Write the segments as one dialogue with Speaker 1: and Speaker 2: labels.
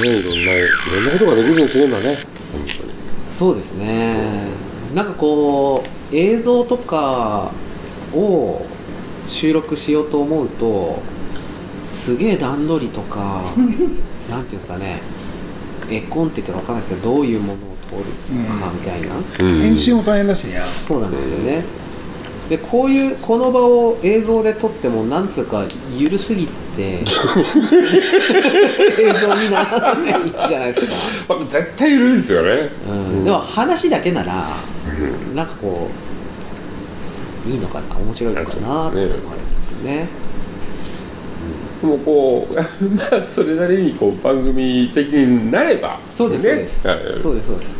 Speaker 1: ねいろんな、いろんなことができるようにすればね。
Speaker 2: そうですね、なんかこう映像とかを収録しようと思うとすげえ段取りとかなんていうんですかね絵コンテっていうか分かんないですけどどういうものを撮るかみたいな、
Speaker 1: うん
Speaker 3: 編集も大変だしね
Speaker 2: そうなんですよねでこういうこの場を映像で撮ってもなんつうか緩すぎて映像にならないじゃないですか
Speaker 1: まあ絶対いるんですよね。
Speaker 2: うんでも話だけなら、なんかこういいのかな面白いのかなって思われますよね
Speaker 1: でもこう、まあ、それなりにこう番組的になれば。
Speaker 2: そうですそうです、
Speaker 1: ねはい
Speaker 2: そうですそうです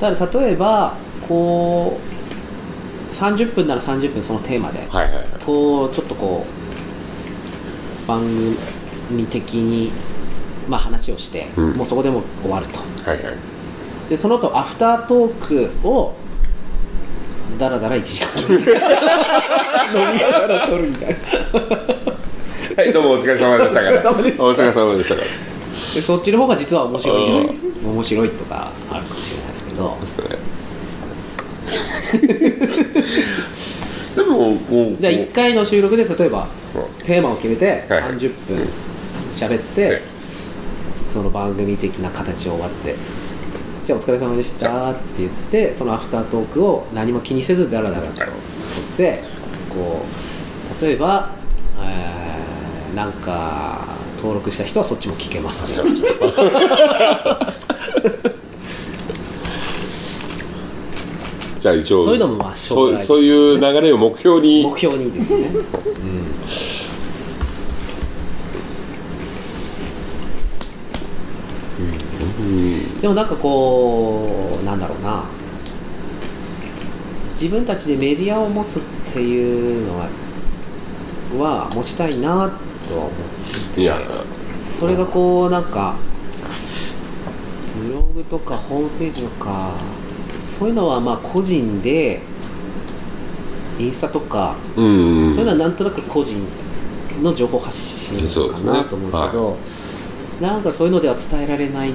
Speaker 2: だから例えばこう30分なら30分そのテーマで、
Speaker 1: はいはいはい。
Speaker 2: こうちょっとこう番組的にまあ話をして、
Speaker 1: うん
Speaker 2: もうそこでもう終わると
Speaker 1: はいはい。
Speaker 2: でその後アフタートークをだらだら1時間飲みながら撮るみたいな
Speaker 1: はい、どうもお疲れ様でしたから。
Speaker 2: お疲れ様でした
Speaker 1: お疲れ様でしたから。
Speaker 2: でそっちの方が実は面白い面白いとかあるかもしれないですけど
Speaker 1: それ。でも、こう。
Speaker 2: で1回の収録で例えばテーマを決めて
Speaker 1: はい
Speaker 2: 30分喋っ
Speaker 1: は
Speaker 2: て
Speaker 1: い
Speaker 2: その番組的な形を終わってじゃあお疲れ様でしたって言ってそのアフタートークを何も気にせずダラダラと撮ってこう例えば、えーなんか登録した人はそっちも聞けま すよ
Speaker 1: じゃあ一応
Speaker 2: そういうのもまあ将
Speaker 1: そう
Speaker 2: 来
Speaker 1: そういう流れを目標に
Speaker 2: 目標にですねでもなんかこうなんだろうな自分たちでメディアを持つっていうのはは持ちたいなとは思う
Speaker 1: いや
Speaker 2: それがこうなんかブログとかホームページとかそういうのはまあ個人でインスタとか
Speaker 1: うん
Speaker 2: そういうのはなんとなく個人の情報発信かなと思うんですけどなんかそういうのでは伝えられない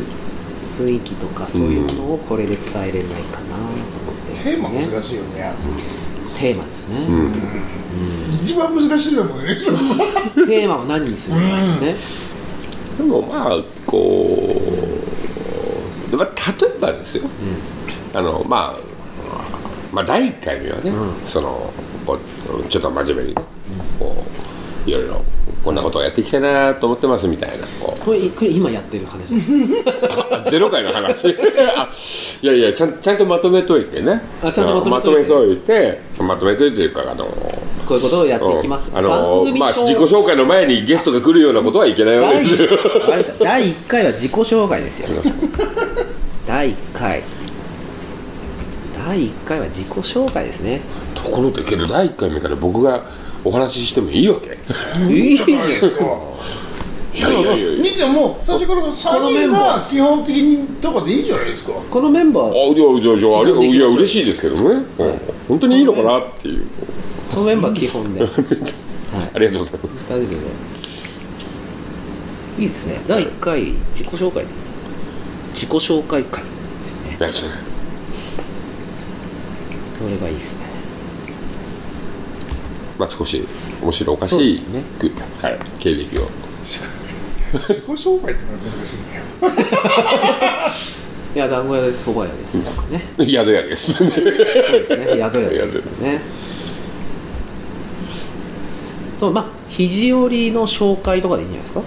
Speaker 2: 雰囲気とかそういうものをこれで伝えれないかなと思って、
Speaker 3: テーマ
Speaker 2: ね
Speaker 3: 難しいよね
Speaker 2: テーマですね、
Speaker 1: うん
Speaker 3: 一番難しいと思うよねそこ
Speaker 2: テーマを何にするかです
Speaker 1: で
Speaker 2: ね、
Speaker 1: もまあこう、まあ、例えばですよあのまあまあ第1回目はね、
Speaker 2: う
Speaker 1: そのこうちょっと真面目にねこういろいろこんなことをやっていきたいなと思ってますみたいなこう
Speaker 2: これこれ今やってる話です
Speaker 1: あ ゼロ回の話あいやいやちゃんちゃんとまとめといてね
Speaker 2: あちゃんとま
Speaker 1: ま
Speaker 2: と
Speaker 1: と
Speaker 2: め
Speaker 1: め
Speaker 2: と
Speaker 1: といてまとめといてというかあの
Speaker 2: こういうことをやっていきます、
Speaker 1: あの
Speaker 2: 番組
Speaker 1: まあ
Speaker 2: 紹
Speaker 1: 自己紹介の前にゲストが来るようなことはいけないわけ
Speaker 2: 第
Speaker 1: ですよ
Speaker 2: わかりました第1回は自己紹介です よ第1回第1回は自己紹介ですね
Speaker 1: ところでけど第1回目から僕がお話ししてもいいわけ
Speaker 2: いい
Speaker 3: ですか
Speaker 1: いやいやいやいや
Speaker 3: 兄ちゃんもう最初から3
Speaker 2: このメン
Speaker 3: 人
Speaker 2: バ
Speaker 3: が基本的にとかでいいじゃないですか
Speaker 2: このメン
Speaker 1: あ
Speaker 2: バ
Speaker 1: いや
Speaker 2: ー
Speaker 1: いやいやあれいや嬉しいですけどね、うん、本当にいいのかなっていう
Speaker 2: このメンバー基 本で大丈
Speaker 1: ありがとうございます
Speaker 2: 夫でございますいいですね第1回自己紹介自己紹介会ですね
Speaker 1: いやそれ
Speaker 2: それがいいですね
Speaker 1: まあ少し面白おかしい
Speaker 2: そうです
Speaker 1: く、はい、経歴を
Speaker 3: 自己紹介ってのは難しいんだよ
Speaker 2: いや団子屋ですそば屋ですとかね
Speaker 1: 宿屋です
Speaker 2: そうですね 宿屋ですねとまあ肘折りの紹介とかでいいんじゃないですか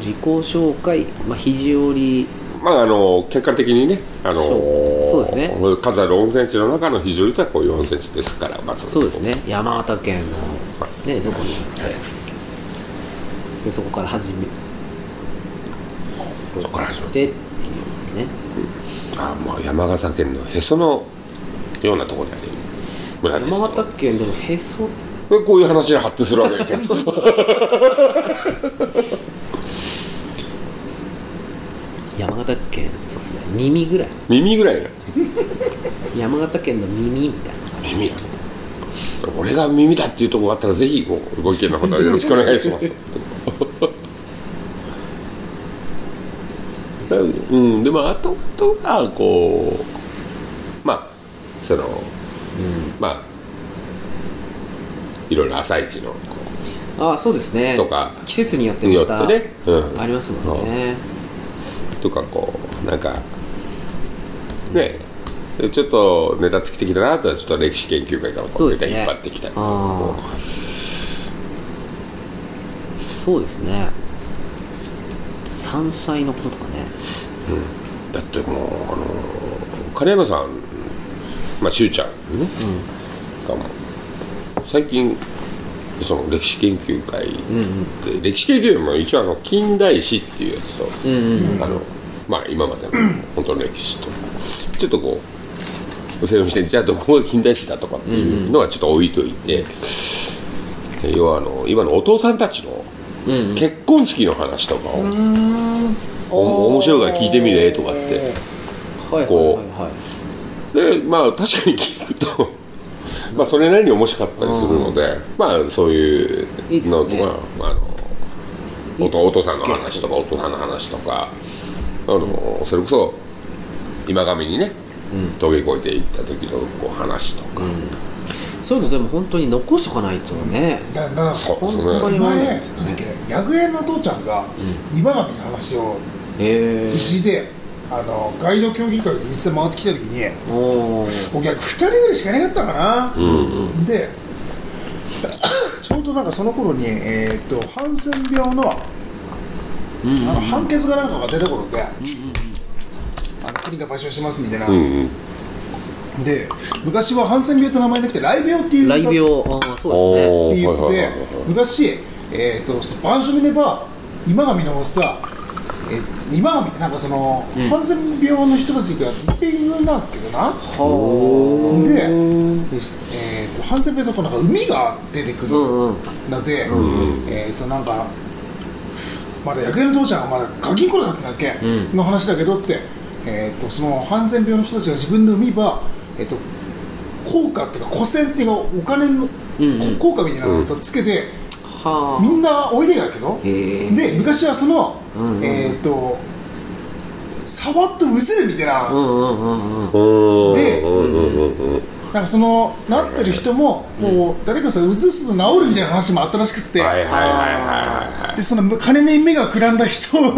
Speaker 2: 自己紹介、まあ、肘折り
Speaker 1: まああの結果的にねあの
Speaker 2: そうそうですね
Speaker 1: 数ある温泉地の中の非常にとはこういう温泉地ですからまず
Speaker 2: そうですね山形県のねどこに行ってでそこから始め
Speaker 1: そこから始まる
Speaker 2: てっていうね
Speaker 1: あもう山形県のへそのようなところにある村ですと
Speaker 2: 山形県でもへそ
Speaker 1: でこういう話に発展するわけですよ
Speaker 2: そう山形県そうですね耳ぐらい
Speaker 1: 耳ぐらいな
Speaker 2: 山形県の耳みたいな
Speaker 1: 耳だ俺が耳だっていうところがあったらぜひごご意見のほどよろしくお願いします だうん、でもあととはこうまあその、まあいろいろ朝一のこ
Speaker 2: ああそうですね
Speaker 1: とか
Speaker 2: 季節によってまた
Speaker 1: によってねうん
Speaker 2: ありますもんね、
Speaker 1: うとかこうなんかねでちょっとネタつき的だなとはちょっと歴史研究会からこ
Speaker 2: そうう
Speaker 1: ネ
Speaker 2: です
Speaker 1: タ
Speaker 2: ね
Speaker 1: 引っ張ってきたり
Speaker 2: ああそうですね山菜のこととかね
Speaker 1: だってもうあの金山さんまあしゅうちゃんね、がもう最近その歴史研究会で、歴史研究会も一応あの近代史っていうやつと、あのまあ今までの本当の歴史とちょっとこう整理してじゃあどこが近代史だとかっていうのはちょっと置いといて、要はあの今のお父さんたちの結婚式の話とかを、お面白いから聞いてみれとかって。
Speaker 2: はいはい
Speaker 1: こう
Speaker 2: はいはい
Speaker 1: でまあ確かに聞くと まあそれなりに面白かったりするのでまあそういうのとか
Speaker 2: いいですね
Speaker 1: まああのお
Speaker 2: いい
Speaker 1: とお父さんの話とかお父さんの話とかあの、それこそ今上にね峠越えて行った時のこう話とか、
Speaker 2: そういうのでも本当に残しとかないとね
Speaker 3: だだ
Speaker 1: そう
Speaker 2: 本
Speaker 1: そ
Speaker 2: 当
Speaker 1: うね
Speaker 2: に
Speaker 3: 前
Speaker 2: 前
Speaker 3: なんだっけヤグエの父ちゃんが今上の話を
Speaker 2: え
Speaker 3: うちであのガイド協議会で道で回ってきた時に
Speaker 2: ー、おー
Speaker 3: お客2人ぐらいしかいなかったか
Speaker 1: う
Speaker 3: な、
Speaker 1: んうん
Speaker 3: で ちょうどなんかその頃にえーっとハンセン病の
Speaker 2: うん
Speaker 3: あの判決がなんかが出た頃で、あの国が賠償しますみたいな、
Speaker 1: うんうん
Speaker 3: で昔はハンセン病って名前なくて雷病っていう
Speaker 2: 雷病
Speaker 3: っ
Speaker 2: ああそうですね
Speaker 1: お
Speaker 3: ていうの
Speaker 1: はいはい
Speaker 3: で
Speaker 1: はいはい
Speaker 3: 昔、えー、とそ晩酌でば今上のさ、えー、今上ってなんかその、
Speaker 2: ん
Speaker 3: ハンセン病の人たちがピングなんだけどな
Speaker 2: は
Speaker 3: で、えー、とハンセン病とこうなんか海が出てくる
Speaker 2: あうんうん
Speaker 3: ので、えっ、となんかまだ薬園の父ちゃんがまだガキンコだったんだっけ、
Speaker 2: うん
Speaker 3: の話だけどって、えー、とそのハンセン病の人たちが自分で産みば、えー、と効果っていうか古銭っていうかお金の、
Speaker 2: うんうん
Speaker 3: 効果みたいなのをさつけて、
Speaker 2: はあ
Speaker 3: みんなおいでやけど、
Speaker 2: へー
Speaker 3: で昔はその、
Speaker 2: うんうん
Speaker 3: えっ、と触っとうずるみたいな、
Speaker 2: うんうんうんうん
Speaker 1: うん
Speaker 3: で
Speaker 1: うんうんうんうん
Speaker 3: なんかそのなってる人もこう、誰かさうずすと治るみたいな話もあったらしくって、
Speaker 1: はいはいはいはいはい
Speaker 3: でその金に目がくらんだ人に
Speaker 2: ん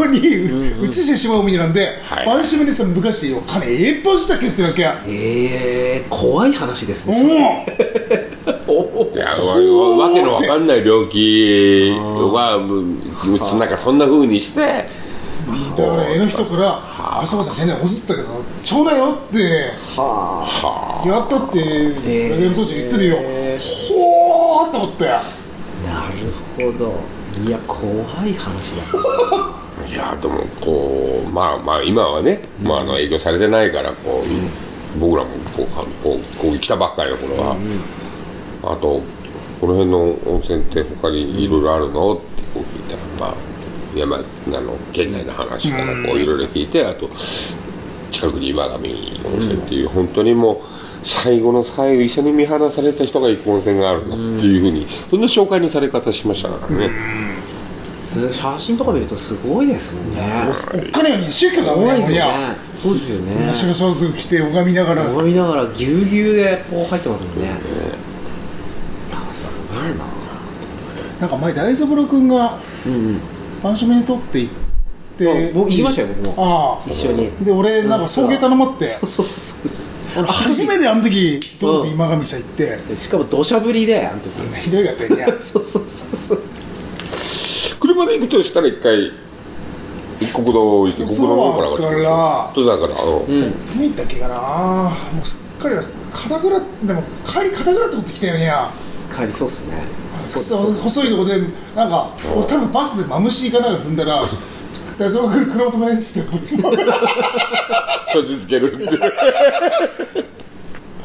Speaker 2: うん
Speaker 3: 移してしまうみたいなんで
Speaker 1: はい
Speaker 3: 晩酌でさ昔お金いっぱいしたっけってわけや
Speaker 2: ええー、怖い話です
Speaker 3: お
Speaker 2: ね
Speaker 3: お
Speaker 1: いやわわわけのわかんない病気はむうつなんかそんな風にして
Speaker 3: だから絵の人から「あそこさん先生おずったけどちょうだいよ」って
Speaker 2: はあ
Speaker 3: やったって
Speaker 2: え
Speaker 3: 俺の当時言ってるよ
Speaker 2: え
Speaker 3: ほーって思って
Speaker 2: なるほどいや怖い話だ
Speaker 1: いやでもこうまあまあ今はね、まあ、あの営業されてないからこう、僕らもこうかこうこう来たばっかりの頃は、あとこの辺の温泉って他にいろいろあるのってこう聞いたらまあ山あの県内の話からこういろいろ聞いてあと近くに岩神温泉っていう、本当にもう最後の最後一緒に見放された人が行く温泉があるなっていうふうに、そんな紹介のされ方しましたからね、
Speaker 2: す写真とか見るとすごいですもんね
Speaker 3: おっかねえよね宗教が
Speaker 2: 怖
Speaker 3: 多
Speaker 2: いで
Speaker 3: いも
Speaker 2: す
Speaker 3: ん
Speaker 2: よ
Speaker 3: や
Speaker 2: ねそうですよね
Speaker 3: 私が装束着て拝みながら
Speaker 2: 思いながらぎゅうぎゅうでこう入ってますもんねあすごいな
Speaker 3: なんか前大三郎君が
Speaker 2: うん
Speaker 3: 晩酌にとって行っ
Speaker 2: うん
Speaker 3: て
Speaker 2: あ僕行きましたよ僕も
Speaker 3: ああ
Speaker 2: 一緒に
Speaker 3: で俺なんか送迎頼まって
Speaker 2: そうそうそうそう
Speaker 3: 俺初めてあの時どうって今上さん行って
Speaker 2: てしかも土砂降りであの時
Speaker 3: ひどいやったよね
Speaker 2: そうそうそうそう
Speaker 1: 車で行くとしたら一回一国道行って国道の方から上がってくるそうだからあの、
Speaker 2: うん
Speaker 3: 何行ったっけかなもうすっかり忘れ片倉でも帰り片倉ってってきたよね
Speaker 2: 帰りそうっすね
Speaker 3: くそ細いとこでなんか俺多分バスでマムシかなんか踏んだら 大丈夫車止めないっつって
Speaker 1: 所持つけるっていう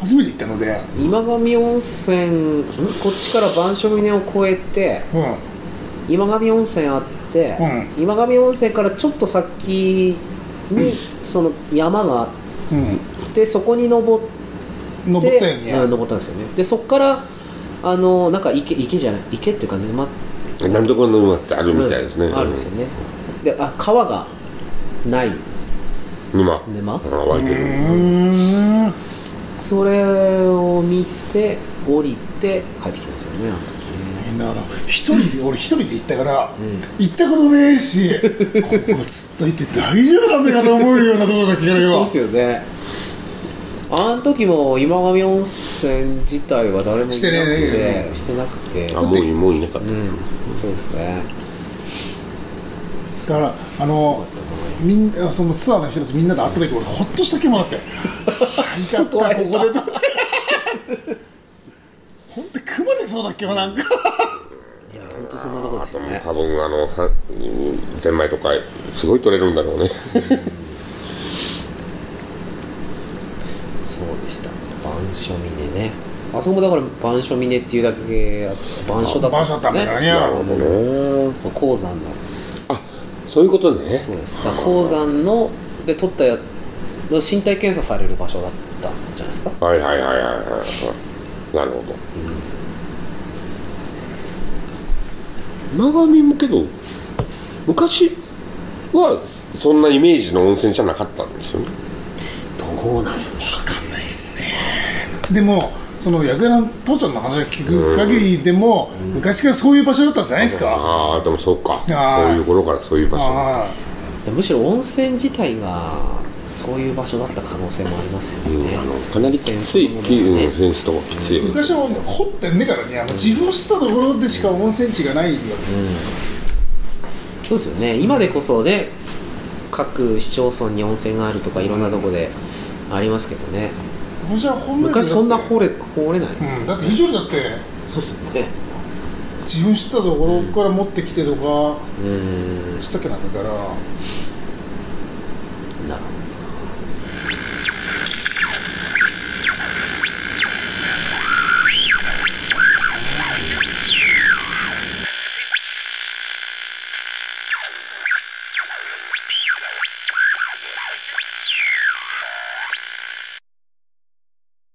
Speaker 3: 初めて行ったので
Speaker 2: 今上温泉んこっちから番所峰を越えて
Speaker 3: うん
Speaker 2: 今上温泉あって、
Speaker 3: う
Speaker 2: 今上温泉からちょっと先にその山があっ
Speaker 3: うん
Speaker 2: てそこに登って
Speaker 3: 登ったよね、
Speaker 2: うん
Speaker 3: うん
Speaker 2: 登ったんですよねでそこからあのなんか池池じゃない池っていうか沼
Speaker 1: 何とかの沼ってあるみたいですね、
Speaker 2: うんあるんですよねであ川がない
Speaker 1: うん沼
Speaker 2: 沼
Speaker 1: あ湧いてる
Speaker 2: それを見て降りて帰ってきましたよねあの時
Speaker 3: だから一人で俺一人で行ったから、行ったことねえしここずっといて大丈夫なんだかと思うようなところだけど
Speaker 2: そう
Speaker 3: よ
Speaker 2: っすよねあの時も今上温泉自体は誰もいなく
Speaker 3: してねえ
Speaker 2: てしてなくて
Speaker 1: あもういもういなかった、
Speaker 2: うんそうですね
Speaker 3: だからあのみんなそのツアーの人たちみんなで会った時俺ほっとした気もあってちょっとここでだって 本当熊でそうだっけもなんか
Speaker 2: いや本当そんなとこですよね
Speaker 1: 多分あのさゼンマイとかすごい取れるんだろうね
Speaker 2: そうでした番所峰ねあそこもだから番所峰っていうだけあって番所だったん
Speaker 3: 場
Speaker 2: です
Speaker 3: 所
Speaker 2: よ
Speaker 3: だ
Speaker 2: ね
Speaker 3: ったんだからね
Speaker 1: ね
Speaker 2: 鉱山の
Speaker 1: そういうことね
Speaker 2: そうですだから鉱山ので取ったやの身体検査される場所だったんじゃないですか
Speaker 1: はいはいはいはいはいなるほど、長見もけど昔はそんなイメージの温泉じゃなかったんですよね
Speaker 2: どうなんです
Speaker 3: 分かんないですねでもその役屋の父ちゃんの話を聞く限りでも、昔からそういう場所だったんじゃないですか、
Speaker 1: ああでもそうか
Speaker 3: あー
Speaker 1: そういう頃からそういう場所
Speaker 3: ああ
Speaker 2: かむしろ温泉自体がそういう場所だった可能性もありますよ
Speaker 1: うん
Speaker 2: ね、
Speaker 1: あのかなりきついきうんセンスとかきついよね
Speaker 3: 昔はもう掘ってんねからねあの自分を知ったところでしか温泉地がないよ、
Speaker 2: そうですよね今でこそね各市町村に温泉があるとかいろんなとこでありますけどね
Speaker 3: 昔は本来
Speaker 2: 昔そんな掘れ掘れないですよね
Speaker 3: うん、だって非常にだって
Speaker 2: そうっすよね
Speaker 3: 自分知ったところから持ってきてとか
Speaker 2: うーん
Speaker 3: したっけなんだから
Speaker 2: なるほど